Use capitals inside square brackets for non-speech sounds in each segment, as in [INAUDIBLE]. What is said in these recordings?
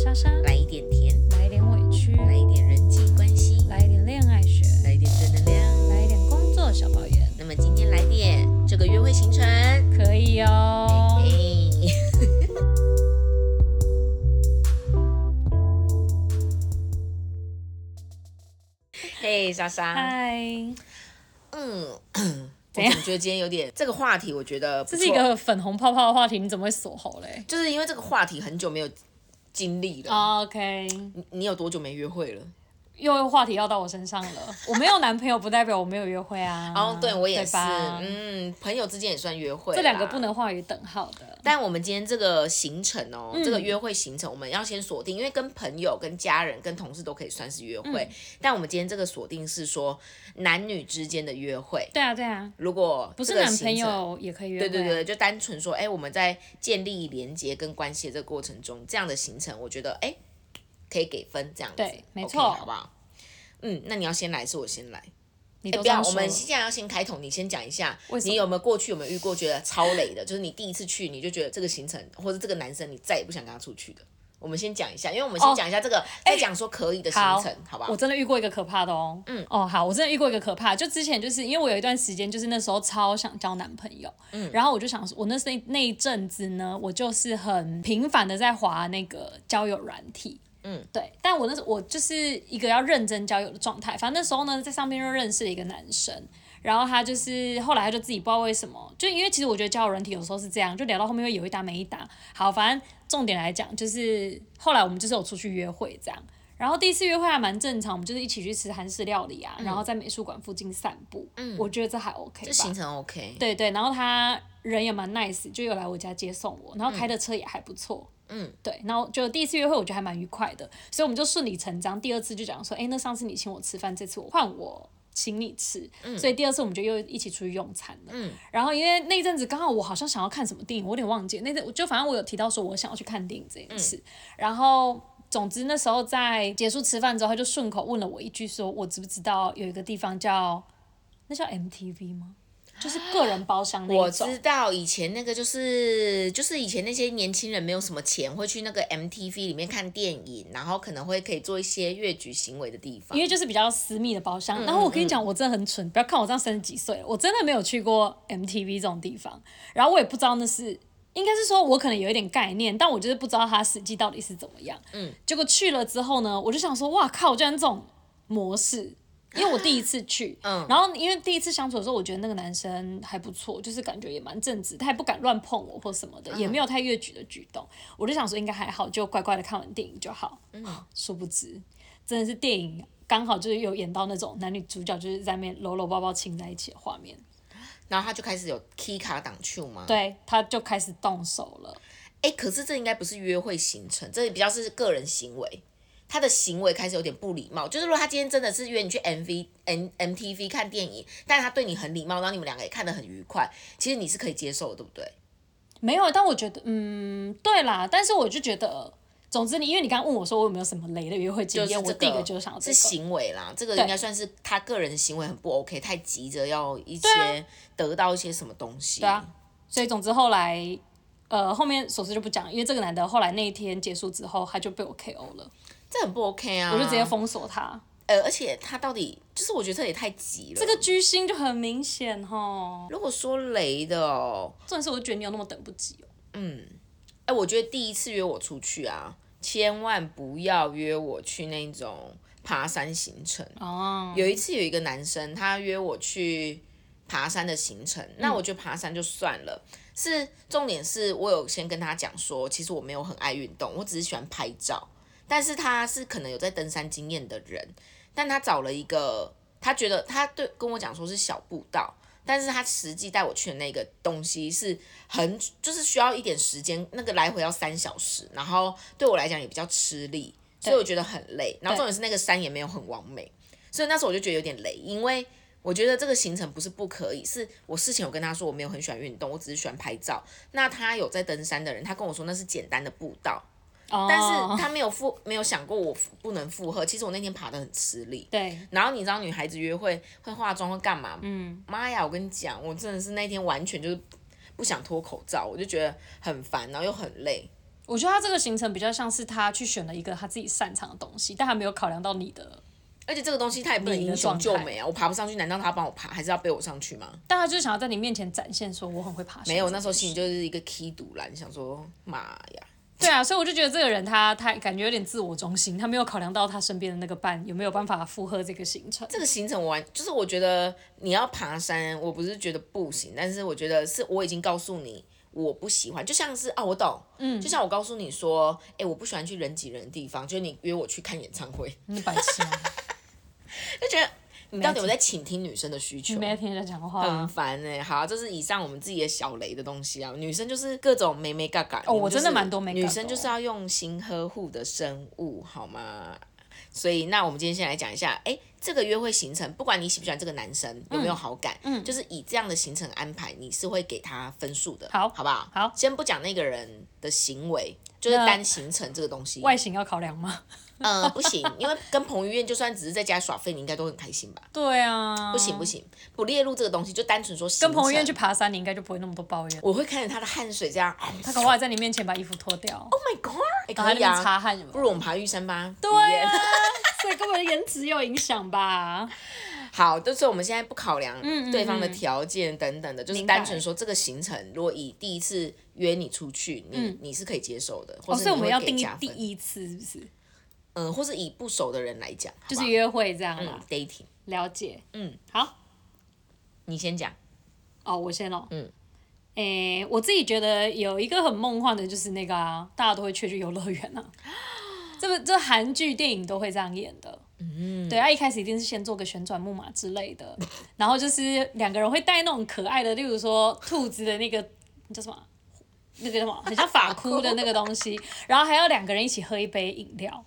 莎莎，来一点甜，来点委屈，来一点人际关系，来一点恋爱学，来一点正能量。来一点工作小抱怨，那么今天来点这个约会行程。可以哦。哎， [LAUGHS] 嘿，莎莎，嗨， [COUGHS] 嗯，我怎样总觉得今天有点这个话题，我觉得不这错是一，个粉红泡泡的话题，你怎么会锁喉嘞就是因为这个话题很久没有经历了。哦？OK，你你有多久没约会了？又有话题要到我身上 [LAUGHS] 了。我没有男朋友，不代表我没有约会啊。哦，对我也是，吧嗯，朋友之间也算约会啦。这两个不能画于等号的。但我们今天这个行程哦，这嗯个约会行程我们要先锁定，因为跟朋友、跟家人、跟同事都可以算是约会。嗯但我们今天这个锁定是说男女之间的约会。对啊，对啊，如果不是这个男行程朋，友也可以约会对啊。对对，就单纯说，哎，我们在建立连接跟关系的这个过程中，这样的行程，我觉得哎可以给分这样子，对没 OK，错好不好？嗯，那你要先来，还是我先来？你哎都不这要，样我说们了。现在要先开头，你先讲一下为，什么你有没有过去有没有遇过觉得超累的，就是你第一次去你就觉得这个行程或者这个男生你再也不想跟他出去的。我们先讲一下，因为我们先哦讲一下这个，再讲说可以的行程，好吧我？真的遇过一个可怕的哦。嗯。哦，好，我真的遇过一个可怕，就之前就是因为我有一段时间就是那时候超想交男朋友，嗯，然后我就想说，我那那那一阵子呢，我就是很频繁的在滑那个交友软体。嗯，对，但我那时候我就是一个要认真交友的状态，反正那时候呢，在上面就认识了一个男生，然后他就是后来他就自己不知道为什么，就因为其实我觉得交友软体有时候是这样，就聊到后面会有一搭没一搭。好，反正重点来讲，就是后来我们就是有出去约会这样。然后第一次约会还蛮正常，我们就是一起去吃韩式料理啊，然后在美术馆附近散步。嗯，我觉得这还 OK 嗯这吧行。程 OK，对对，然后他人也蛮 nice，就有来我家接送我，然后开的车也还不错。嗯，对，然后就第一次约会，我觉得还蛮愉快的，所以我们就顺理成章。第二次就讲说，哎，那上次你请我吃饭，这次我换我请你吃，所以第二次我们就又一起出去用餐了。嗯，然后因为那一阵子刚好我好像想要看什么电影，我有点忘记了，那阵就反正我有提到说我想要去看电影这件事，然后。总之那时候在结束吃饭之后，他就顺口问了我一句说我知不知道有一个地方叫那叫 MTV 吗？就是个人包厢那我一种。知道以前那个就是就是以前那些年轻人没有什么钱，会去那个 MTV 里面看电影，然后可能会可以做一些越矩行为的地方因。为就是比较私密的包厢。然后我跟你讲，我真的很蠢，不要看我这样三十几岁了，我真的没有去过 MTV 这种地方，然后我也不知道那是。应该是说，我可能有一点概念，但我就是不知道它实际到底是怎么样。嗯，结果去了之后呢，我就想说，哇靠，居然这种模式，因为我第一次去， [LAUGHS] 嗯，然后因为第一次相处的时候，我觉得那个男生还不错，就是感觉也蛮正直，他也不敢乱碰我或什么的，也没有太越矩的举动，我就想说应该还好，就乖乖的看完电影就好。嗯， [SNIFFS] 殊不知真的是电影刚好就是有演到那种男女主角就是在那边搂搂抱抱亲在一起的画面，然后他就开始有 key 卡挡去嘛。对，他就开始动手了。哎、可是这应该不是约会行程，这比较是个人行为。他的行为开始有点不礼貌，就是如果他今天真的是约你去 MV、M MTV 看电影，但他对你很礼貌，然后你们两个也看得很愉快，其实你是可以接受的，对不对？没有，但我觉得，嗯，对啦，但是我就觉得，嗯总之你因为你刚刚问我说我有没有什么雷的约会经就是验，这我第一个就是想到这是个。行为啦，这个对应该算是他个人行为很不 OK，太急着要一些、对啊得到一些什么东西。对啊，所以总之后来，呃，后面琐事就不讲，因为这个男的后来那一天结束之后，他就被我 KO 了，这很不 OK 啊！我就直接封锁他。呃，而且他到底就是我觉得这也太急了。这个居心就很明显吼，如果说雷的哦，重点是我就觉得你有那么等不及哦。哎、我觉得第一次约我出去啊，千万不要约我去那种爬山行程。哦，有一次有一个男生，他约我去爬山的行程，那我觉得爬山就算了。是重点是我有先跟他讲说，其实我没有很爱运动，我只是喜欢拍照。但是他是可能有在登山经验的人，但他找了一个，他觉得他对跟我讲说是小步道，但是他实际带我去的那个东西是很就是需要一点时间，那个来回要三小时，然后对我来讲也比较吃力，所以我觉得很累。然后重点是那个山也没有很完美，所以那时候我就觉得有点累，因为。我觉得这个行程不是不可以，是我事前有跟他说我没有很喜欢运动，我只是喜欢拍照。那他有在登山的人，他跟我说那是简单的步道，但哦是他没有负没有想过我不能负荷。其实我那天爬得很吃力，对，然后你知道女孩子约会会化妆会干嘛？嗯，妈呀，我跟你讲，我真的是那天完全就是不想脱口罩，我就觉得很烦，然后又很累。我觉得他这个行程比较像是他去选了一个他自己擅长的东西，但他没有考量到你的，而且这个东西它也不能你的英雄状救态美啊，我爬不上去，难道他帮我爬，还是要背我上去吗？但他就是想要在你面前展现说我很会爬山。没有，那时候心行里就是一个 key 堵拦，想说妈呀，对啊，所以我就觉得这个人他他感觉有点自我中心，他没有考量到他身边的那个伴有没有办法负荷这个行程。这个行程我完，就是我觉得你要爬山，我不是觉得不行，但是我觉得是我已经告诉你我不喜欢，就像是哦，我懂，嗯，就像我告诉你说，哎、我不喜欢去人挤人的地方，就是你约我去看演唱会，你白痴啊吗？就觉得你到底有在倾听女生的需求你？没在听人家讲话、很啊。烦哎、好、这是以上我们自己的小雷的东西啊。女生就是各种美美嘎嘎。哦你们我就是真的蛮多美嘎的女哦生就是要用心呵护的生物，好吗？所以，那我们今天先来讲一下，哎，这个约会行程，不管你喜不喜欢这个男生，有没有好感，嗯，就是以这样的行程安排，你是会给他分数的，好好不好？好先不讲那个人的行为，就是那单行程这个东西，外形要考量 [LAUGHS] 吗？呃，不行，因为跟彭于晏就算只是在家耍废，你应该都很开心吧？对啊，不行不行，不列入这个东西，就单纯说行跟彭于晏程去爬山，你应该就不会那么多抱怨。我会看着他的汗水这样。他搞不好在你面前把衣服脱掉， Oh my god！哎、可然后在那以边啊，擦汗什么的不。如我们爬玉山吧。对对啊，所以根本颜值有影 [LAUGHS] 响吧？好，就是我们现在不考量嗯嗯对方的条件等等的，就是明白单纯说这个行程，如果以第一次约你出去，你、你是嗯可以接受的，或哦，是所以我们要定定义加第分。一次是不是？嗯、或是以不熟的人来讲，就好是约会这样不好啦嗯。dating。了解，嗯，好，你先讲，哦，我先咯。嗯。诶、我自己觉得有一个很梦幻的，就是那个啊，大家都会去去游乐园 [GASPS] 啊，这个这韩剧、电影都会这样演的。嗯，对啊，一开始一定是先做个旋转木马之 [LAUGHS] 类的，然后就是两个人会带那种可爱的，例如说兔子的那个叫什么啊，那个 [LAUGHS] 什么，很像发箍的那个东西，然后还要两个人一起喝一杯饮料，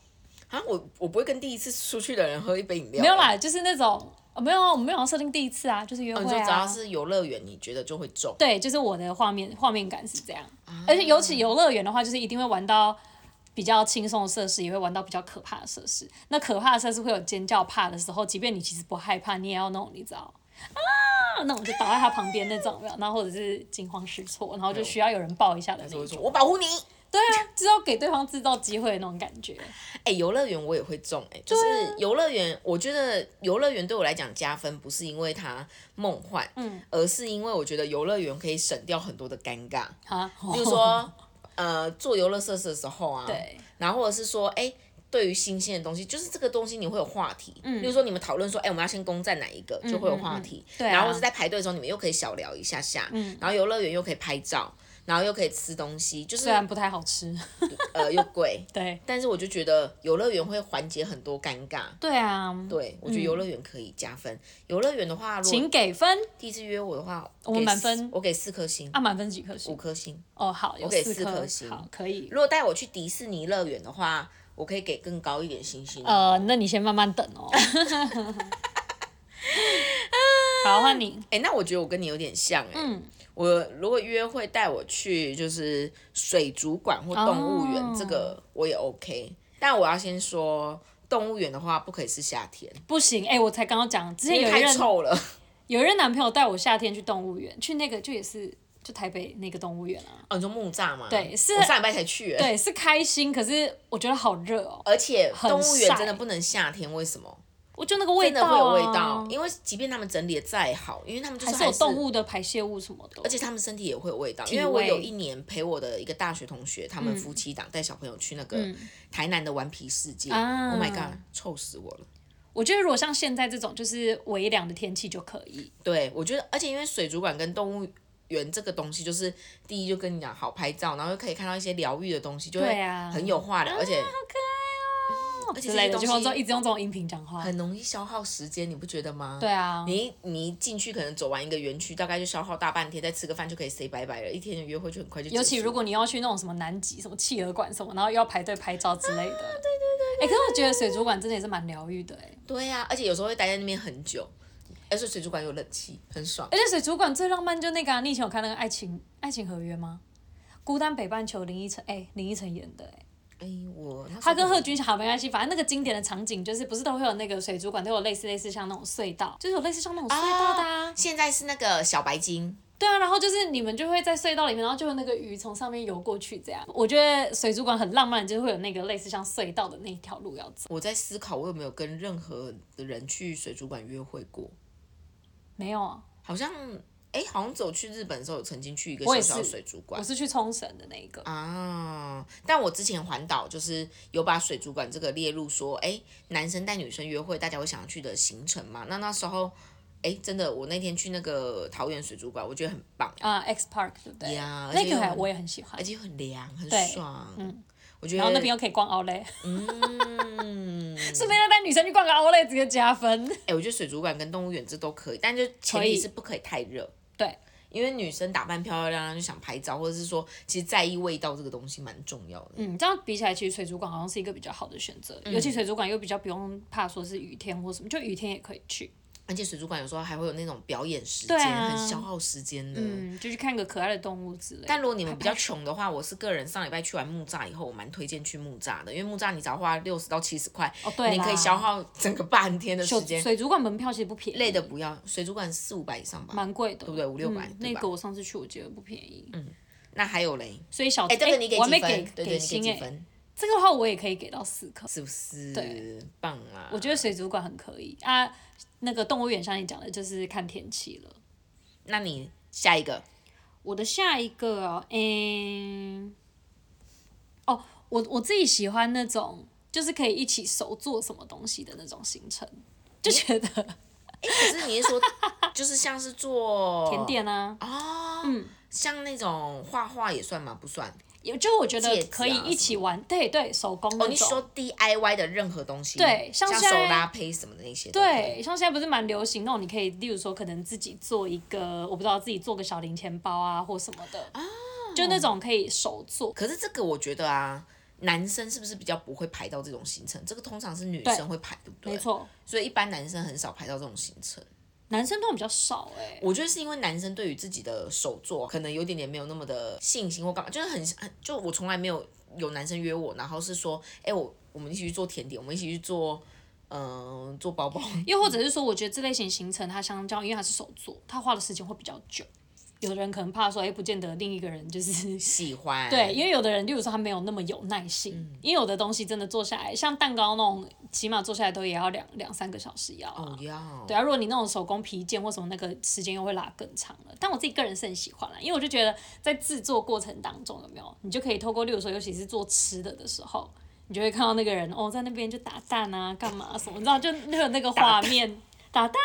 啊，我我不会跟第一次出去的人喝一杯饮料，啊没有，啦，就是那种、哦、没有啊，我们没有要设定第一次啊，就是约哦、会你说只啊。要是游乐园，你觉得就会中。对，就是我的画面画面感是这样，啊而且尤其游乐园的话，就是一定会玩到比较轻松的设施，也会玩到比较可怕的设施。那可怕的设施会有尖叫怕的时候，即便你其实不害怕，你也要弄，你知道。啊，那我就倒在他旁边那种，有没有然后或者是惊慌失措，然后就需要有人抱一下的那就会种。说我保护你。对啊，就是要给对方制造机会的那种感觉。哎、游乐园我也会中哎、就是啊游乐园，我觉得游乐园对我来讲加分，不是因为它梦幻，嗯，而是因为我觉得游乐园可以省掉很多的尴尬，啊， [LAUGHS] 比如说，呃，做游乐设施的时候啊，对，然后或者是说，哎、对于新鲜的东西，就是这个东西你会有话题，嗯，比如说你们讨论说，哎、我们要先攻占哪一个，就会有话题，嗯对啊然后或是在排队的时候，你们又可以小聊一下下，嗯，然后游乐园又可以拍照，然后又可以吃东西，就是虽然不太好吃，呃又贵，对但是我就觉得游乐园会缓解很多尴尬。对啊，对，我觉得游乐园可以加分。游乐园的话，如果请给分第一次约我的话，我们给满四分我给四颗星，啊，满分几颗五星？颗星。哦，好，有给四四颗颗，星好，可以。如果带我去迪士尼乐园的话，我可以给更高一点星星。呃，那你先慢慢等 [LAUGHS] 哦。好，换你。哎、那我觉得我跟你有点像哎、嗯，我如果约会带我去就是水族馆或动物园，哦这个我也 OK。但我要先说，动物园的话不可以是夏天，不行，哎、我才刚刚讲，之前因有为一太任臭了。 [LAUGHS] 有一任男朋友带我夏天去动物园，去那个就也是就台北那个动物园啊，哦，你说木栅吗？对是我上礼拜才去、欸。对，是开心，可是我觉得好热哦，而且很动物园真晒的不能夏天，为什么？我就那个味真道、的啊，会有味道，因为即便他们整理的再好，因为他们就是还是还有是动，物的排泄物什么的，而且他们身体也会有味道。因为我味嗯有一年陪我的一个大学同学，他们夫妻档带小朋友去那个台南的顽皮世界、啊 o h my god，臭死我了！我觉得如果像现在这种就是微凉的天气就可以，对，我觉得，而且因为水族馆跟动物。园这个东西就是第一，就跟你讲好拍照，然后又可以看到一些疗愈的东西，就会对啊很有话聊，而且而且哦之这类些的，东就用这种西一直用这种音频讲话，很容易消耗时间，你不觉得吗？对啊，你你一进去可能走完一个园区，大概就消耗大半天，再吃个饭就可以 say 拜拜了，一天的约会就很快就结束尤其如果你要去那种什么南极、什么企鹅馆什么，然后又要排队拍照之类的。对对对。哎、可是我觉得水族馆真的也是蛮疗愈的哎、对呀、而且有时候会待在那边很久，而且水族馆有冷气，很爽。而且水族馆最浪漫就那个、啊，你以前有看那个《爱情爱情合约》吗？孤单北半球林依晨，哎、林依晨演的、哎，哎，我她跟贺军翔好没关系，反正那个经典的场景就是不是都会有那个水族馆都有类似类似像那种隧道，就是有类似像那种隧道的啊。现在是那个小白鲸，对啊，然后就是你们就会在隧道里面，然后就有那个鱼从上面游过去，这样。我觉得水族馆很浪漫，就是会有那个类似像隧道的那一条路要走。我在思考，我有没有跟任何的人去水族馆约会过？没有啊，好像，哎、好像走去日本的时候，有曾经去一个我小也小的是水族我馆是去冲绳的那一个。啊。但我之前环岛就是有把水族馆这个列入说，哎、男生带女生约会，大家会想要去的行程嘛？那那时候，哎、真的，我那天去那个桃园水族馆，我觉得很棒，哎啊、x Park 对不对呀而那且个还又我也很喜欢而，且又很凉，很对爽。嗯，我觉得然后那边又可以逛 Outlet， [LAUGHS] 嗯，顺便再带女生去逛个 Outlet 直接加分。哎、我觉得水族馆跟动物园这都可以，但就前可提以是不可以太热。对，因为女生打扮漂漂亮亮就想拍照，或者是说，其实在意味道这个东西蛮重要的。嗯，这样比起来，其实水族馆好像是一个比较好的选择，尤其水族馆又比较不用怕说是雨天或什么，就雨天也可以去。而且水族馆有时候还会有那种表演时间，对啊很消耗时间的。嗯，就去看个可爱的动物之类的。但如果你们比较穷的话，我是个人上礼拜去完木栅以后，我蛮推荐去木栅的，因为木栅你只要花六十到七十块，哦对啦你可以消耗整个半天的时水间，水族馆门票其实不便宜，累的不要。水族馆四五百以上吧，蛮贵的，对不对五六百对吧那个我上次去我觉得不便宜，嗯，那还有嘞，所以小哎、哎这个你给我还几没分？给对对，你给星几哎分？这个的话我也可以给到四颗，是不是？对，棒啊！我觉得水族馆很可以啊。那个动物园像你讲的，就是看天气了。那你下 [LAUGHS] 一个，我的下一个哦，嗯，哦，我我自己喜欢那种，就是可以一起手做什么东西的那种行程，就觉得哎、可是你是说就是像是做 [LAUGHS] 甜点啊，哦，像那种画画也算吗？不算也就我觉戒得指啊可以一起玩，对对，手工哦，那你是种。说 DIY 的任何东西，对像像现手在拉胚什么的那些，对，，像现在不是蛮流行那种，你可以，例如说，可能自己做一个，我不知道自己做个小零钱包啊，或什么的，就那种可以手做。可是这个我觉得啊。男生是不是比较不会排到这种行程？这个通常是女生会排，对不对？没，错，所以一般男生很少排到这种行程。男生都比较少哎、我觉得是因为男生对于自己的手作可能有点点没有那么的信心或干嘛，就是很很就我从来没有有男生约我，然后是说，哎、我我们一起去做甜点，我们一起去做，嗯、做包包。又或者是说，我觉得这类型行程它相较，因为它是手做，它花的时间会比较久。有的人可能怕说，哎、不见得另一个人就是 [LAUGHS] 喜欢。对，因为有的人，例如说他没有那么有耐心，因为有的东西真的做下来，像蛋糕那种，起码做下来都也要两两三个小时要啊、哦要。对啊，如果你那种手工皮件或什么，那个时间又会拉更长了。但我自己个人是很喜欢啦，因为我就觉得在制作过程当中，有没有你就可以透过，例如说，尤其是做吃的的时候，你就会看到那个人哦，在那边就打蛋啊，干嘛什么，你知道就那个那个画面， [LAUGHS] 打蛋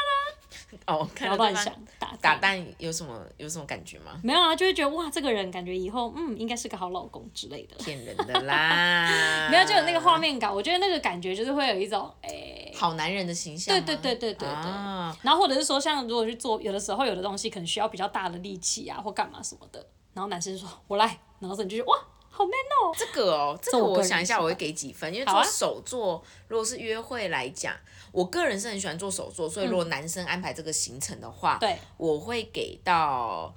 哦，不看要到乱对方想，打打打。蛋有什么有什么感觉吗？没有啊，就会觉得哇，这个人感觉以后嗯，应该是个好老公之 [LAUGHS] 类的。。骗人的啦 [LAUGHS] 没有，就有那个画。面感，我觉得那个感觉就是会有一种哎、好男人的形象对吗。对对对对对。啊，然后或者是说，像如果去做，有的时候有的东西可能需要比较大的力气啊，或干嘛什么的。然后男生说：“我来。”然后你就觉得哇，好 man 哦。这个哦，这个这我个我人想一喜下，欢我会给几分，因为好做啊手作，如果是约会来讲，我个人是很喜欢做手作，所以如果男生安排这个行程的话，嗯对，我会给到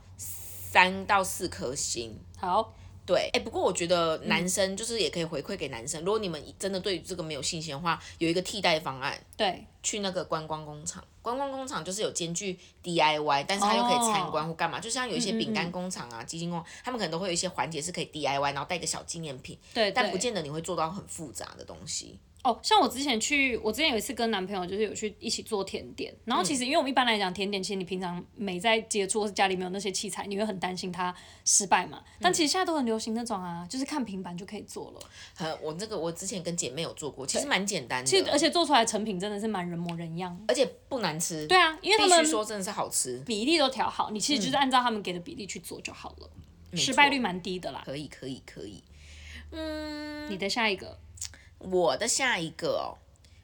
三到四颗星。好，对，哎，不过我觉得嗯男生就是也可以回馈给男生，如果你们真的对这个没有信心的话，有一个替代方案，对，去那个观光工厂。观光工厂就是有兼具 DIY，但是它又可以哦参观或干嘛就像有一些嗯饼干工厂啊、基金工，他们可能都会有一些环节是可以 DIY，然后带个小纪念品，对，但对不见得你会做到很复杂的东西。哦，像我之前去，我之前有一次跟男朋友就是有去一起做甜点，然后其嗯实因为我们一般来讲甜点，其实你平常没在接触，或是家里没有那些器材，你会很担心它失败嘛。嗯但其实现在都很流行那种啊，就是看平板就可以做了，很，呃我这个我之前跟姐妹有做过，其实蛮简单的，其实而且做出来的成品真的是蛮人模人样。而且不难吃，对啊，因为他必们须说真的是好吃，比例都调好，你其实嗯就是按照他们给的比例去做就好了，失败率蛮低的啦。可以可以可以。你的下一个，我的下一个哦，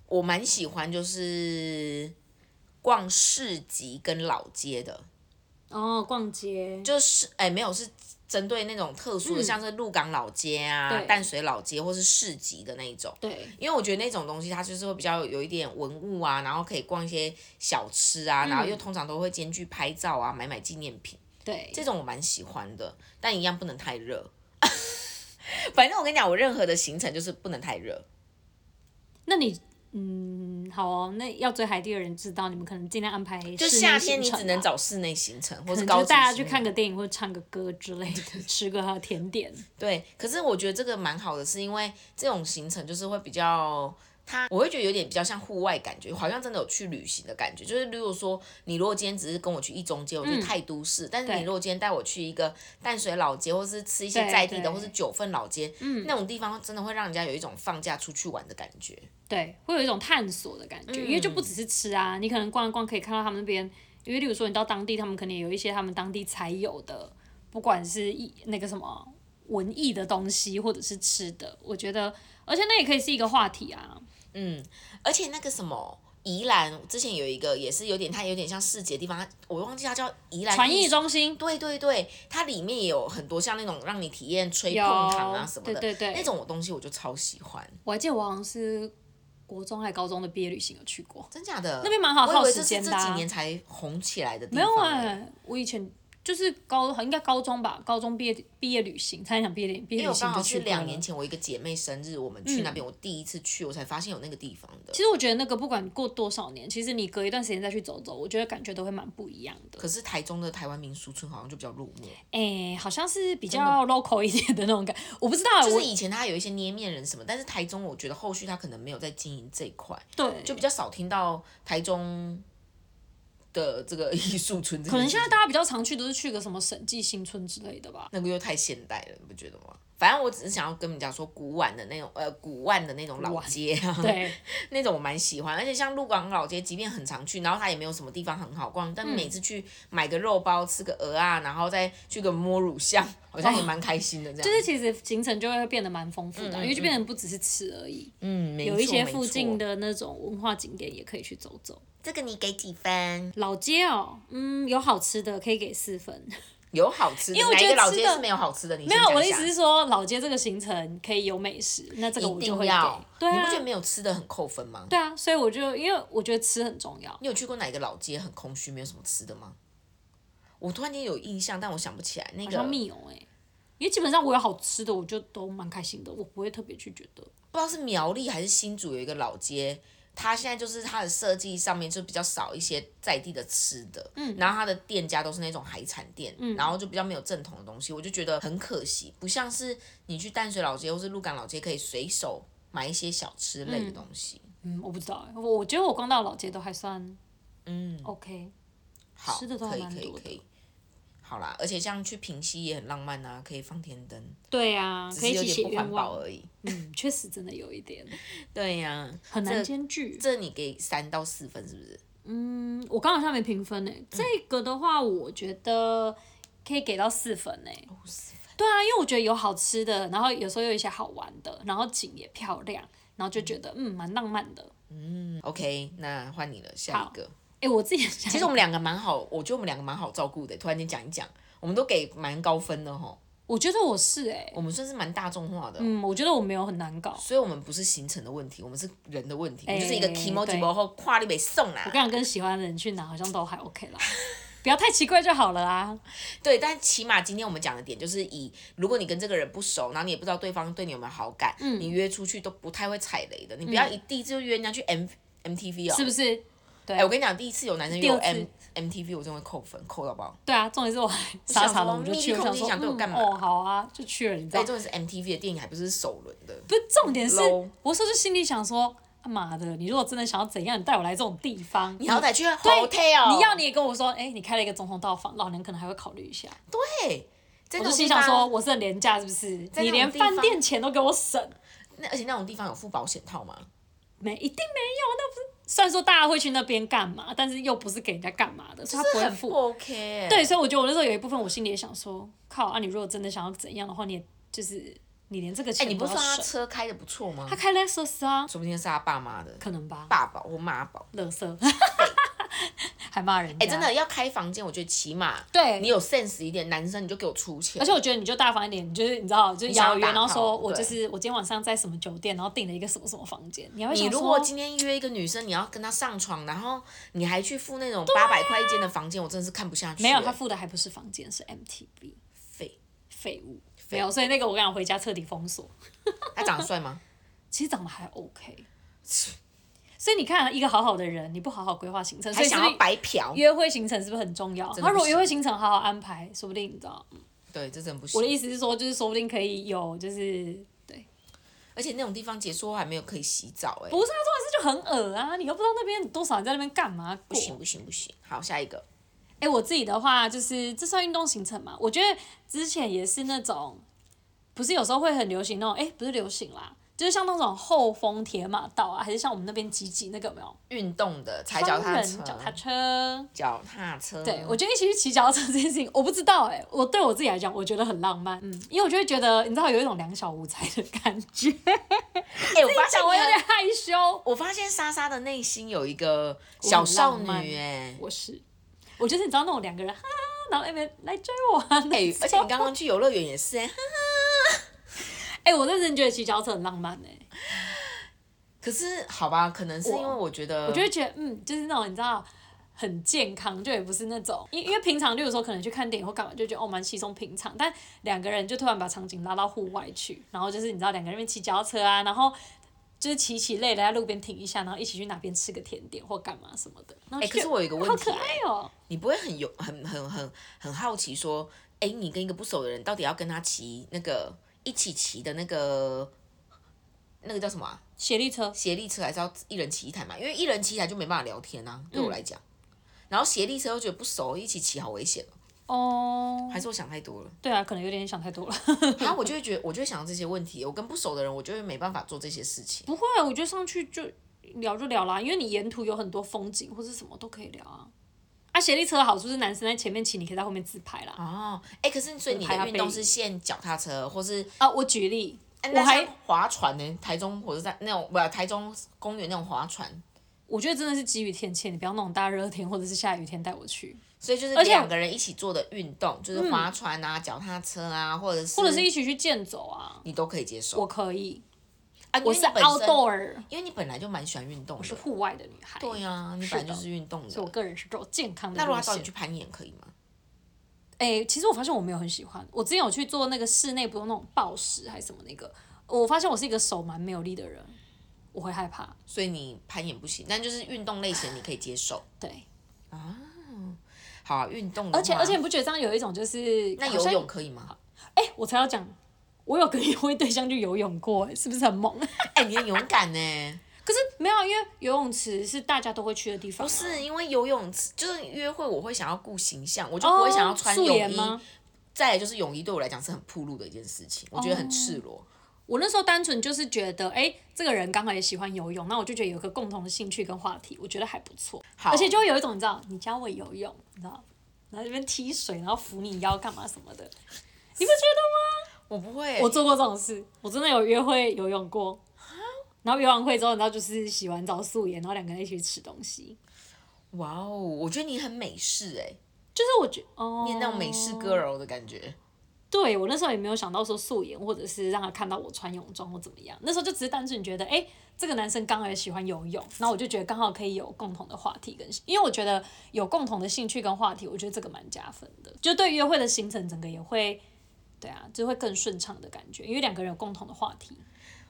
我蛮喜欢就是逛市集跟老街的，哦，逛街，就是哎、没有是针对那种特殊的，像是鹿港老街啊、嗯对淡水老街或是市集的那一种。对，因为我觉得那种东西它就是会比较有一点文物啊，然后可以逛一些小吃啊，然后嗯又通常都会兼具拍照啊、买买纪念品，对，这种我蛮喜欢的，但一样不能太热。 [LAUGHS] 反正我跟你讲，我任何的行程就是不能太热。那你嗯，好哦，那要追海地的人知道，你们可能尽量安排就室内夏天你行程只能吧找室内行程，或可是能高就级大家室去内看个电影或者唱个歌之类的，吃个甜点。对，可是我觉得这个蛮好的，是因为这种行程就是会比较。它我会觉得有点比较像户外感觉，好像真的有去旅行的感觉。就是如果说你如果今天只是跟我去一中街，我觉得太都市；但是你嗯对如果今天带我去一个淡水老街，或是吃一些对在地的，对嗯或是九份老街，那种地方真的会让人家有一种放假出去玩的感觉。对，会有一种探索的感觉，因为就不只是吃啊，你可能逛一逛可以看到他们那边，因为例如说你到当地，他们可能有一些他们当地才有的，不管是艺那个什么文艺的东西，或者是吃的，我觉得，而且那也可以是一个话题啊。嗯而且那个什么宜兰之前有一个也是有点，它有点像市集的地方，它我忘记它叫宜兰传艺艺中心对对对，它里面也有很多像那种让你体验吹碰糖啊有什么的，对对对那种我东西我就超喜欢，我还记得我好像是国中还高中的毕业旅行有去过，真假的？那边蛮好我以耗为时这间是的这啊几年才红起来的地没有方、哎、欸。我以前就是高应该高中吧，高中毕业毕业旅行，差点讲毕业旅毕因为业旅我刚行好就是去两过了年前我一个姐妹生日，我们去那边，我第一次去，我才发现有那个地方的。其实我觉得那个不管过多少年，其实你隔一段时间再去走走，我觉得感觉都会蛮不一样的。可是台中的台湾民俗村好像就比较落寞，哎、好像是比较 local 一点的那种感，我不知道、就是我以前它有一些捏面人什么，但是台中我觉得后续它可能没有在经营这一块，对，就比较少听到台中的这个艺 [LAUGHS] 术村这件事情。可能现在大家比较常去都是去个什么审计新村之类 [LAUGHS] 的吧。那个又太现代了，你不觉得吗？反正我只是想要跟你讲说古玩的那种，呃，古玩的那种老街啊，对， [LAUGHS] 那种我蛮喜欢。而且像鹿港老街，即便很常去，然后它也没有什么地方很好逛，嗯但每次去买个肉包、吃个鹅啊，然后再去个摸乳巷，好像也蛮开心的这样。哦就是其实行程就会变得蛮丰富的啊、因为就变成不只是吃而已，嗯，没有一错些没附错近的那种文化景点也可以去走走。这个你给几分？老街哦，嗯，有好吃的可以给四分。有好吃的，因为我哪觉一得个老吃街的是没有好吃的？你没没有，我的意思是说老街这个行程可以有美食，那这个一我就定会要给。，对你不觉啊得，没有吃的很扣分吗？对啊，所以我就因为我觉得吃很重要。你有去过哪一个老街很空虚，没有什么吃的吗？我突然间有印象，但我想不起来那好个像不密友哎、因为基本上我有好吃的，我就都蛮开心的，我不会特别去觉得。知道是苗栗还是新竹有一个老街，它现在就是它的设计上面就比较少一些在地的吃的，嗯，然后它的店家都是那种海产店，嗯，然后就比较没有正统的东西，我就觉得很可惜，不像是你去淡水老街或是鹿港老街可以随手买一些小吃类的东西。嗯，我不知道哎、我我觉得我逛到老街都还算，嗯，OK。好，吃的都还可以蛮可以多的可以，好啦，而且像去平溪也很浪漫啊，可以放天灯，对啊，只可以是一有起写点不环愿保望。而已。嗯，确实真的有一点对呀、很难兼具。这你给三到四分是不是？嗯，我刚好像没评分嗯诶、这个的话，我觉得可以给到四分诶、哦对啊，因为我觉得有好吃的，然后有时候有一些好玩的，然后景也漂亮，然后就觉得嗯蛮浪漫的。嗯，OK，那换你了，下一个。诶、我自己 [LAUGHS] 想其实我们两个蛮好，我觉得我们两个蛮好照顾的。突然间讲一讲，我们都给蛮高分的吼，我觉得我是诶、我们算是蛮大众化的。嗯，我觉得我没有很难搞。所以，我们不是行程的问题，我们是人的问题，我哎们就是一个 k i m o j i 后跨立北送我啦。跟你讲，跟喜欢的人去哪好像都还 OK 啦， [LAUGHS] 不要太奇怪就好了啊。对，但起码今天我们讲的点就是以，如果你跟这个人不熟，然后你也不知道对方对你有没有好感，嗯你约出去都不太会踩雷的。你不要一第一次就约人家去 M MTV 哦，是不是？哎、我跟你讲，第一次有男生约我第二 M 次 MTV，我真的会扣分，扣到爆。对啊，重点是我还傻傻的我就去，我我想想说密控说，你想对我干嘛嗯、哦，好啊，就去了，你知道哎，。重点是 MTV 的电影还不是首轮的，不是重点是 Low，我说就心里想说，啊妈的，你如果真的想要怎样，你带我来这种地方，你好歹去对 hotel，你要你也跟我说，哎、你开了一个总统套房，老娘可能还会考虑一下。对，啊真我的就心想说，，我是很廉价是不是？那种你连地方饭店钱都给我省，那而且那种地方有附保险套吗？没一定没有，那不是。虽然说大家会去那边干嘛，但是又不是给人家干嘛的，所以他不这会很不付。 OK，欸对，，所以我觉得我那时候有一部分，我心里也想说，靠啊，你如果真的想要怎样的话，你也就是你连这个哎，钱你不都是要说他省。车开的不错吗他？开 Lexus 啊，说不定是他爸妈的可能吧，爸宝或妈宝。乐色， [LAUGHS] 还骂人家。哎，真的要开房间，我觉得起码啊对你有 sense 一点，男生你就给我出钱而。且我觉得你就大方一点，你就是你知道，就是想要邀约，打然后炮说我就对是我今天晚上在什么酒店，然后订了一个什么什么房间。你还会你想如说果今天约一个女生，你要跟她上床，然后你还去付那种八百块一间的房间，我真的是看不下去欸。啊没有，他付的还不是房间，是 MTV 废，废物，没有。所以那个我跟你讲，回家彻底封锁。他长得帅吗？其实长得还 OK，所以你看，一个好好的人，你不好好规划行程， [LAUGHS] 所还以是想不要是白嫖，约会行程是不是很重要？的他如不果行约会行程好好安排，说不定你知道。对，这真的不我行。的意思是说，就是说不定可以有，就是对，而且那种地方结束后还没有可以洗澡、哎，不是啊，重点是就很恶啊，你又不知道那边多少人在那边干嘛不过。行不行不行。好，下一个，哎、我自己的话就是这算运动行程嘛？我觉得之前也是那种，不是有时候会很流行那种，哎、不是流行啦，就是像那种后风铁马道啊，还是像我们那边集集那个有没有？运动的踩脚踏车双人，脚踏车。脚踏车，对，我觉得一起去骑脚踏车这件事情，我不知道哎、我对我自己来讲，我觉得很浪漫，嗯，因为我就会觉得，你知道有一种两小无猜的感觉，哎、我发现讲我有你点害羞。我发现莎莎的内心有一个小少我很浪漫女哎、我是，我就是你知道那种两个人哈，然后那边来追我啊，哎、那种而且你刚刚去游乐园也是哎、哎、我认真觉得骑脚踏车很浪漫哎、可是好吧，可能是因我为我觉得，我就会觉得，嗯，就是那种你知道很健康，就也不是那种，因因为平常，例如说可能去看电影或干嘛，就觉得哦蛮稀松平常，但两个人就突然把场景拉到户外去，然后就是你知道两个人在那边骑脚踏车啊，然后就是骑骑累了在路边停一下，然后一起去哪边吃个甜点或干嘛什么的。然后哎、就可是觉得我有一个问好题可哎、爱哦、你不会很有很很很很好奇说，哎、你跟一个不熟的人到底要跟他骑那个一起骑的那个那个叫什么、啊、协力车，协力车，还是要一人骑一台嘛？因为一人骑一台就没办法聊天啊，对我来讲。然后协力车又觉得不熟，一起骑好危险哦，哦，还是我想太多了。对啊，可能有点想太多了。然啊后我就会觉得，我就会想到这些问题。我跟不熟的人，我就会没办法做这些事情。不会，我觉得上去就聊就聊啦，因为你沿途有很多风景或是什么都可以聊啊。啊，协力车的好处是男生在前面骑，你可以在后面自拍啦。哦，哎、可是所以你就是拍的他运动背影是限脚踏车，或是啊，我举例，哎我那还像划船呢、台中火车站那种，不，台中公园那种划船，我觉得真的是基于天气，你不要那种大热天或者是下雨天带我去，所以就是而且两个人一起做的运动，就是划船啊、脚、踏车啊，或者是或者是一起去健走啊，你都可以接受。我可以，啊，因为我你是本身 outdoor，因为你本来就蛮喜欢运动我是的。户外的女孩，对啊，你是本来就的是运动所以我的。个人是走健康的那如果路他找你线去。攀岩可以吗？哎、其实我发现我没有很喜欢，我之前有去做那个室内不用那种暴食还是什么那个，我发现我是一个手蛮没有力的人，我会害怕，所以你攀岩不行，但就是运动类型你可以接受。对，好、啊，运动的而且话而且你不觉得这样有一种就是那好游像泳可以吗？ [LAUGHS] 哎、我才要讲，我有跟一位对象去游泳过、哎，是不是很猛？ [LAUGHS] 哎、你很勇敢呢、可是没有啊，因为游泳池是大家都会去的地方、不啊。是因为游泳池，就是约会，我会想要顾形象，我就哦，不会想要穿素泳颜衣。吗？再来就是泳衣对我来讲是很暴露的一件事情，我觉得很赤裸。我那时候单纯就是觉得，哎、这个人刚好也喜欢游泳，那我就觉得有一个共同的兴趣跟话题，我觉得还不错。好而且就会有一种你知道，你教我游泳，你知道，然后这边踢水，然后扶你腰干嘛什么的，你不觉我不会、得？我做过这种事，我真的有约会游泳过。然后游完会之后，你知道就是洗完澡素颜，然后两个人一起去吃东西，哇哦，我觉得你很美式哎、就是我觉哦，你有那种美式 girl 的感觉。对我那时候也没有想到说素颜，或者是让他看到我穿泳装或怎么样。那时候就只是单纯觉得，哎、这个男生刚好也喜欢游泳，然后我就觉得刚好可以有共同的话题跟，因为我觉得有共同的兴趣跟话题，我觉得这个蛮加分的，就对约会的行程整个也会，对啊，就会更顺畅的感觉，因为两个人有共同的话题。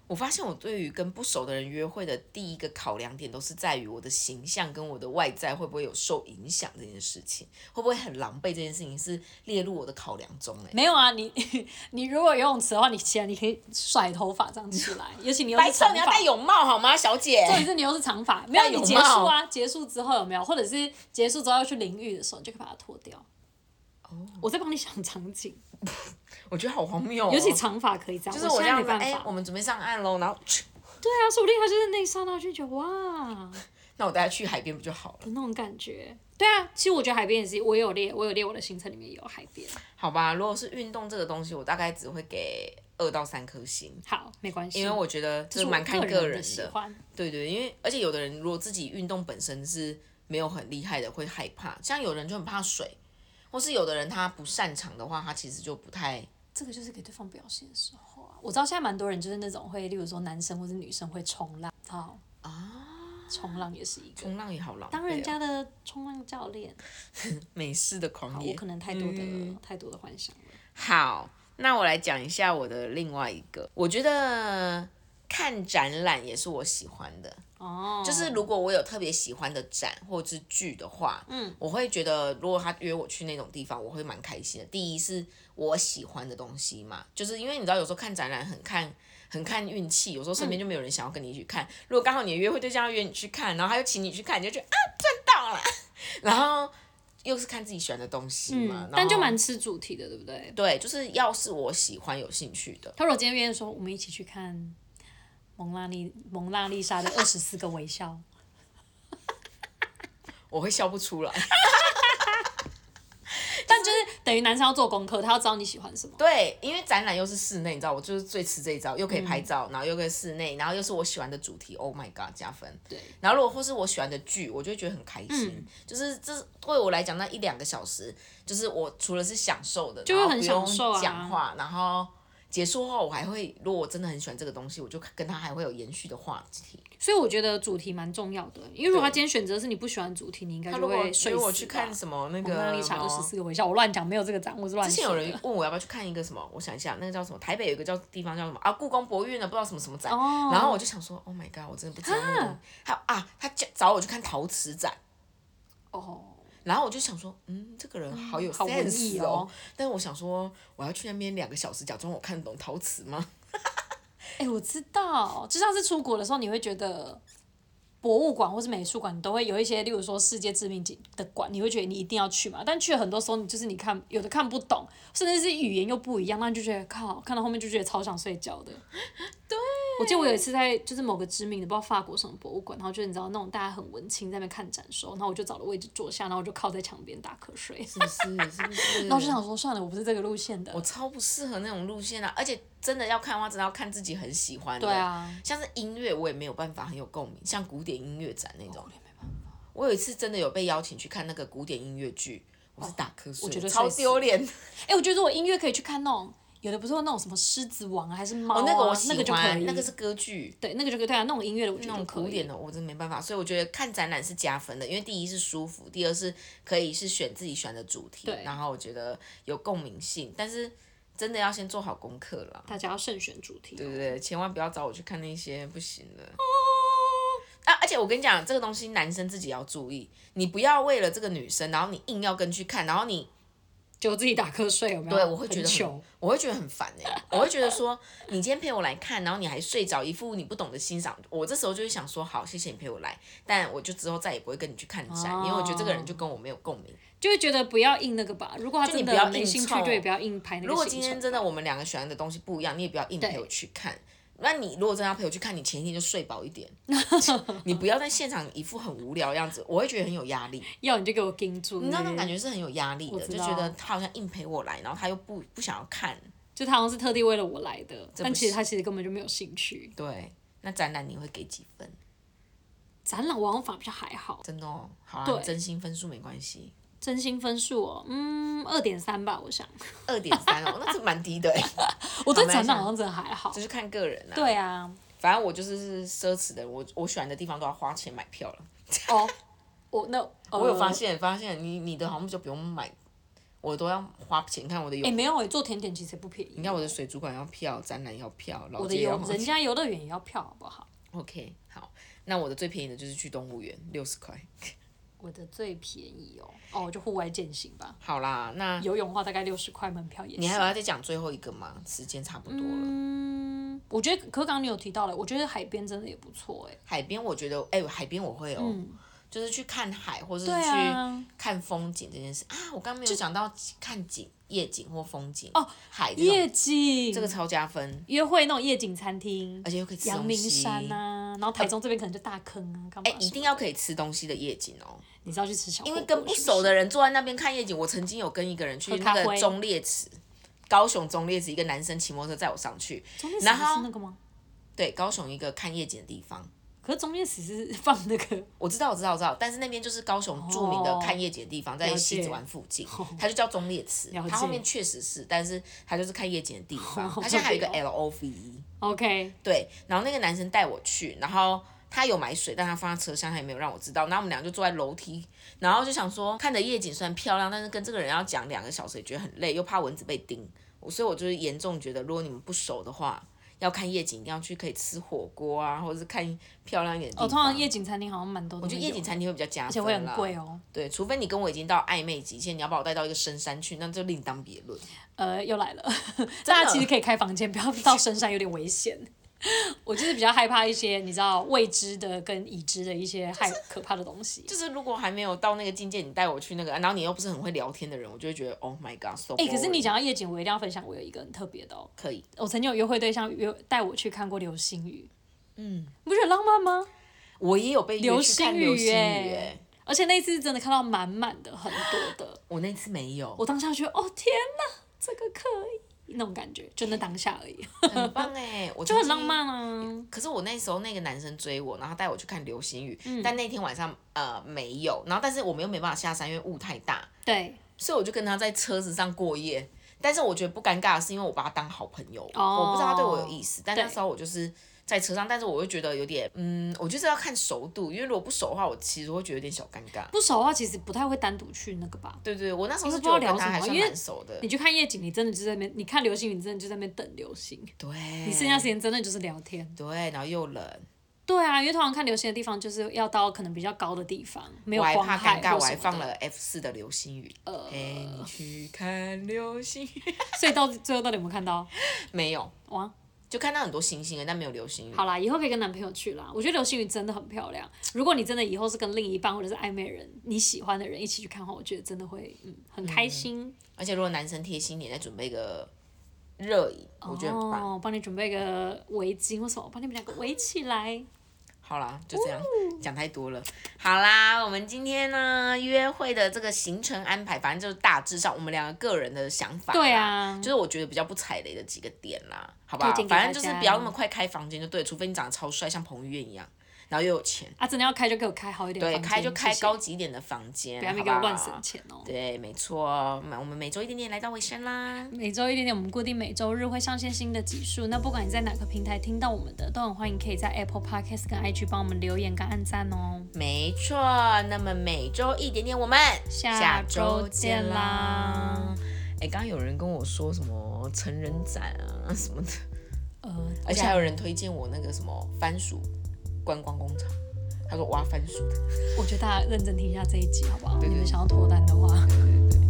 我发现我对于跟不熟的人约会的第一个考量点，都是在于我的形象跟我的外在会不会有受影响这件事情，会不会很狼狈这件事情是列入我的考量中哎、没有啊，你 [LAUGHS] 你如果游泳池的话，你起来你可以甩头发这样起来，尤其你又白是痴，长你要发戴泳帽好吗，小姐？ [LAUGHS] 重点是你又是长发，没有戴泳你结束啊，结束之后有没有，或者是结束之后要去淋浴的时候，你就可以把它脱掉。哦我在帮你想场景，我觉得好荒谬、哦。尤其长发可以这样，就是我现这在样没子，办哎、法。我们准备上岸喽，然后，对啊，说不定他就是那一刹那就觉得哇那我带他去海边不就好了？的那种感觉。对啊，其实我觉得海边也是，我也有列，我有列我的行程里面也有海边。好吧，如果是运动这个东西，我大概只会给二到三颗星，好，没关系，因为我觉得这这是是我蛮看个人喜的。欢。对对，因为而且有的人如果自己运动本身是没有很厉害的，会害怕。像有人就很怕水，或是有的人他不擅长的话，他其实就不太。这个就是给对方表现的时候啊。我知道现在蛮多人就是那种会，例如说男生或者女生会冲浪，好啊，冲浪也是一个。冲浪也好浪、哦，当人家的冲浪教练，美式的好狂我野。可能太多的、嗯太多的幻想了。好，那我来讲一下我的另外一个，我觉得看展览也是我喜欢的。哦，就是如果我有特别喜欢的展或者是剧的话，嗯，我会觉得如果他约我去那种地方，我会蛮开心的。第一是我喜欢的东西嘛，就是因为你知道有时候看展览很看很看运气，有时候身边嗯就没有人想要跟你一起看。如果刚好你的约会对象要约你去看，然后他又请你去看，你就觉得啊赚到了，然后又是看自己喜欢的东西嘛，嗯，然但就后蛮吃主题的，对不对？对，就是要是我喜欢有兴趣的，他如果今天约说我们一起去看蒙娜丽蒙娜丽莎的二十四个微笑，我会笑不出来。但就是等于男生要做功课，他要知道你喜欢什么。对，因为展览又是室内，你知道，我就是最吃这一招，又可以拍嗯照，然后又可以室内，然后又是我喜欢的主题，Oh my god，加分。对，嗯然后如果或是我喜欢的剧，我就会觉得很开心，就是这对我来讲那一两个小时，就是我除了是享受的，就会然后很不用享受啊讲话，然后结束后我还会，如果我真的很喜欢这个东西，我就跟他还会有延续的话题。所以我觉得主题蛮重要的，因为如果他今天选择是你不喜欢的主题，你应该他就如果会约睡我死去吧看什么那蒙娜个丽莎二十什四么。个微笑，我乱讲，没有这个展，我是乱之前写有的。人问我要不要去看一个什么，我想一下，那个叫什么？台北有一个叫地方叫什么啊？故宫博物院的不知道什么什么展，哦然后我就想说，Oh my god，我真的不知道那个东西。还有啊，他叫找我去看陶瓷展，哦，然后我就想说，嗯，这个人好有好文 sense 艺哦。哦。但是我想说，我要去那边两个小时，假装我看得懂陶瓷吗？哎、我知道，就像是出国的时候，你会觉得博物馆或是美术馆你都会有一些，例如说世界知名景的馆，你会觉得你一定要去嘛。但去了很多时候，你就是你看有的看不懂，甚至是语言又不一样，那你就觉得靠，看到后面就觉得超想睡 [LAUGHS] 觉的。对，我记得我有一次在就是某个知名的不知道法国什么博物馆，然后就是你知道那种大家很文青在那边看展的时候，然后我就找了位置坐下，然后我就靠在墙边打瞌睡。是不是？是不是？然后就想说，算了，我不是这个路线的我。 [LAUGHS] 超不适合那种路线啊！而且真的要看的话，真的要看自己很喜欢的。对，啊，像是音乐，我也没有办法很有共鸣，像古典音乐展那哦种。我有一次真的有被邀请去看那个古典音乐剧，我是打瞌睡，哦我觉得超睡死丢脸。哎、我觉得我音乐可以去看那种，有的不是有那种什么狮子王啊，还是猫、啊哦，那个我喜那欢，个就可以，那个是歌剧。对，那个就可以，对啊，那种音乐的我觉那得种就可古以。典的我真没办法，所以我觉得看展览是加分的，因为第一是舒服，第二是可以是选自己喜欢的主题对，然后我觉得有共鸣性，但是真的要先做好功课啦，大家要慎选主题、对不哦。对？千万不要找我去看那些不行的。啊，而且我跟你讲，这个东西男生自己要注意，你不要为了这个女生，然后你硬要跟去看，然后你就自己打瞌睡有没有？对，我会觉得糗很，我会觉得很烦哎、我会觉得说，你今天陪我来看，然后你还睡着，一副你不懂得欣赏，我这时候就会想说，好，谢谢你陪我来，但我就之后再也不会跟你去看展，因为我觉得这个人就跟我没有共鸣。就会觉得不要硬那个吧。如果他就你真不要的硬没兴趣凑，对，不要硬排那个行程。如果今天真的我们两个喜欢的东西不一样，你也不要硬陪我去看。那你如果真的要陪我去看，你前一天就睡饱一 [LAUGHS] 点，你不要在现场一副很无聊的样子，我会觉得很有压力。要你就给我盯住，你知道那对种不对感觉是很有压力我的，知就觉得道他好像硬陪我来，然后他又不不想要看。就他好像是特地为了我来的，但不其实行他其实根本就没有兴趣。对，那展览你会给几分？展览我好像反而比较还好，真的哦，好啊，对真心分数没关系，真心分数哦，嗯，二点三吧，我想。二点三哦，那是蛮低的哎， [LAUGHS] 我对没啊关展系览好像真的还好这。是看个人啦、，对啊，反正我就是奢侈的，我我喜欢的地方都要花钱买票了。哦，我那我有呃发现，发现你你的好像就不用买，我都要花钱。你看我的哎、有，没有哎、做甜点其实也不便宜。你看我的水族馆要票，展览要票，老我的街要游人家游乐园也要票，好不好？ OK，好，那我的最便宜的就是去动物园，六十块。我的最便宜哦，哦，就户外健行吧。好啦，那游泳的话大概六十块门票也啊你还是。有要再讲最后一个吗？时间差不多了。嗯，我觉得可刚刚你有提到了，我觉得海边真的也不错哎、海边我觉得，哎、海边我会哦，就是去看海或者是嗯对啊去看风景这件事啊我刚没有讲到看景、夜景或风景哦，海这种夜景，这个呃超加分，约会那种夜景餐厅而，且又可以吃阳东明西。山啊呐、然后台中这边可能就大坑啊，干嘛哎、什么？一定要可以吃东西的夜景哦，你是要去吃小火因锅为是不是，哦跟不熟的人坐在那边看夜景。我曾经有跟一个人去喝那咖个啡中烈池，高雄中烈池，一个男生骑摩托车载我上去，中间然死是后那个吗？对，高雄一个看夜景的地方。可是中间死是 [LAUGHS] 放那个我知道，我知道，我知道，但是那边就是高雄著名的哦看夜景的地方，在了解哦西子湾附近，它就叫中烈池了。解它后面确实是，但是它就是看夜景的地 [LAUGHS] 方。好它现在还有一个特别 L O V E， OK，对。然后那个男生带我去，然后他有买水，但他放在车厢，他也没有让我知道。然后我们俩就坐在楼梯，然后就想说，看着夜景虽然漂亮，但是跟这个人要讲两个小时也觉得很累，又怕蚊子被叮，我所以我就是严重觉得，如果你们不熟的话，要看夜景，一定要去可以吃火锅啊，或者是看漂亮一点的地哦，方。通常夜景餐厅好像蛮多都我会觉得有的，夜景餐厅会比较加分，而且会很贵。哦。对，除非你跟我已经到暧昧极限，你要把我带到一个深山去，那就另当别论。呃，又来了，大家其实可以开房间，不要到深山，有点危险。 [LAUGHS] 我就是比较害怕一些你知道未知的跟已知的一些害可怕的东西。就是如果还没有到那个境界，你带我去那个，啊然后你又不是很会聊天的人，我就会觉得 Oh my God，so。哎、可是你讲到夜景，我一定要分享我有一个很特别的哦。可以，我曾经有约会对象约带我去看过流星雨，嗯，不是很浪漫吗？我也有被约流去看星流雨星雨、耶哎，而且那一次真的看到满满的很多的，我那次没有，我当下觉得哦天哪，这个可以那种感觉，就那当下而已，很棒哎、我 [LAUGHS] 就就很浪。漫啊。可是我那时候那个男生追我，然后带我去看流星雨，嗯但那天晚上呃没有，然后但是我们又没办法下山，因为雾太大，对，所以我就跟他在车子上过夜。但是我觉得不尴尬，是因为我把他当好朋友哦我不知道他对我有意思，但对那时候我就是在车上，但是我又觉得有点，嗯，我就是要看熟度，因为如果不熟的话，我其实会觉得有点小尴尬。不熟的话其实不太会单独去那个吧。对对，我那时候是因为不觉知得道我跟聊什他么还算因为蛮熟的你，去看夜景，你真的就在那边；你看流星雨，你真的就在那边等流星。对，你剩下时间真的就是聊天。对，然后又冷，对啊，因为通常看流星的地方就是要到可能比较高的地方，没有我还光怕害尴尬，或我什还放么的。呃了 F 四的流星雨，陪、你去看流星雨， [LAUGHS] 所以到最后到底有没有看到？没有，哇，就看到很多星星了，但没有流星雨。好啦，以后可以跟男朋友去啦。我觉得流星雨真的很漂亮。如果你真的以后是跟另一半或者是暧昧人你喜欢的人一起去看的话，我觉得真的会嗯很开心。哦而且如果男生贴心点，再准备个热饮，我觉得很棒。哦，帮你准备个围巾或什么，把你们两个围起来。好啦，就这样，讲太多了。好啦，我们今天呢约会的这个行程安排，反正就是大致上我们两个个人的想法。对啊就是我觉得比较不踩雷的几个点啦，好不好推荐？给反正大就是家不要那么快开房间就对了，除非你长得超帅，像彭于晏一样，然后又有钱，啊，真的要开就给我开好一点的对，房间，开就开谢谢高级一点的房间，不要好没不给好我乱省钱哦。对，没错，每我们每周一点点来到尾声啦。每周一点点，我们固定每周日会上线新的集数。那不管你在哪个平台听到我们的，都很欢迎可以在 Apple Podcast 跟 IG 帮我们留言跟按赞哦。没错，那么每周一点点，我们下周见啦！哎，刚刚有人跟我说什么成人展啊什么的，呃，而且我还想有人推荐我那个什么番薯观光工厂，他说挖番薯的，我觉得大家认真听一下这一集好不好？对对你们想要脱单的话，对对对。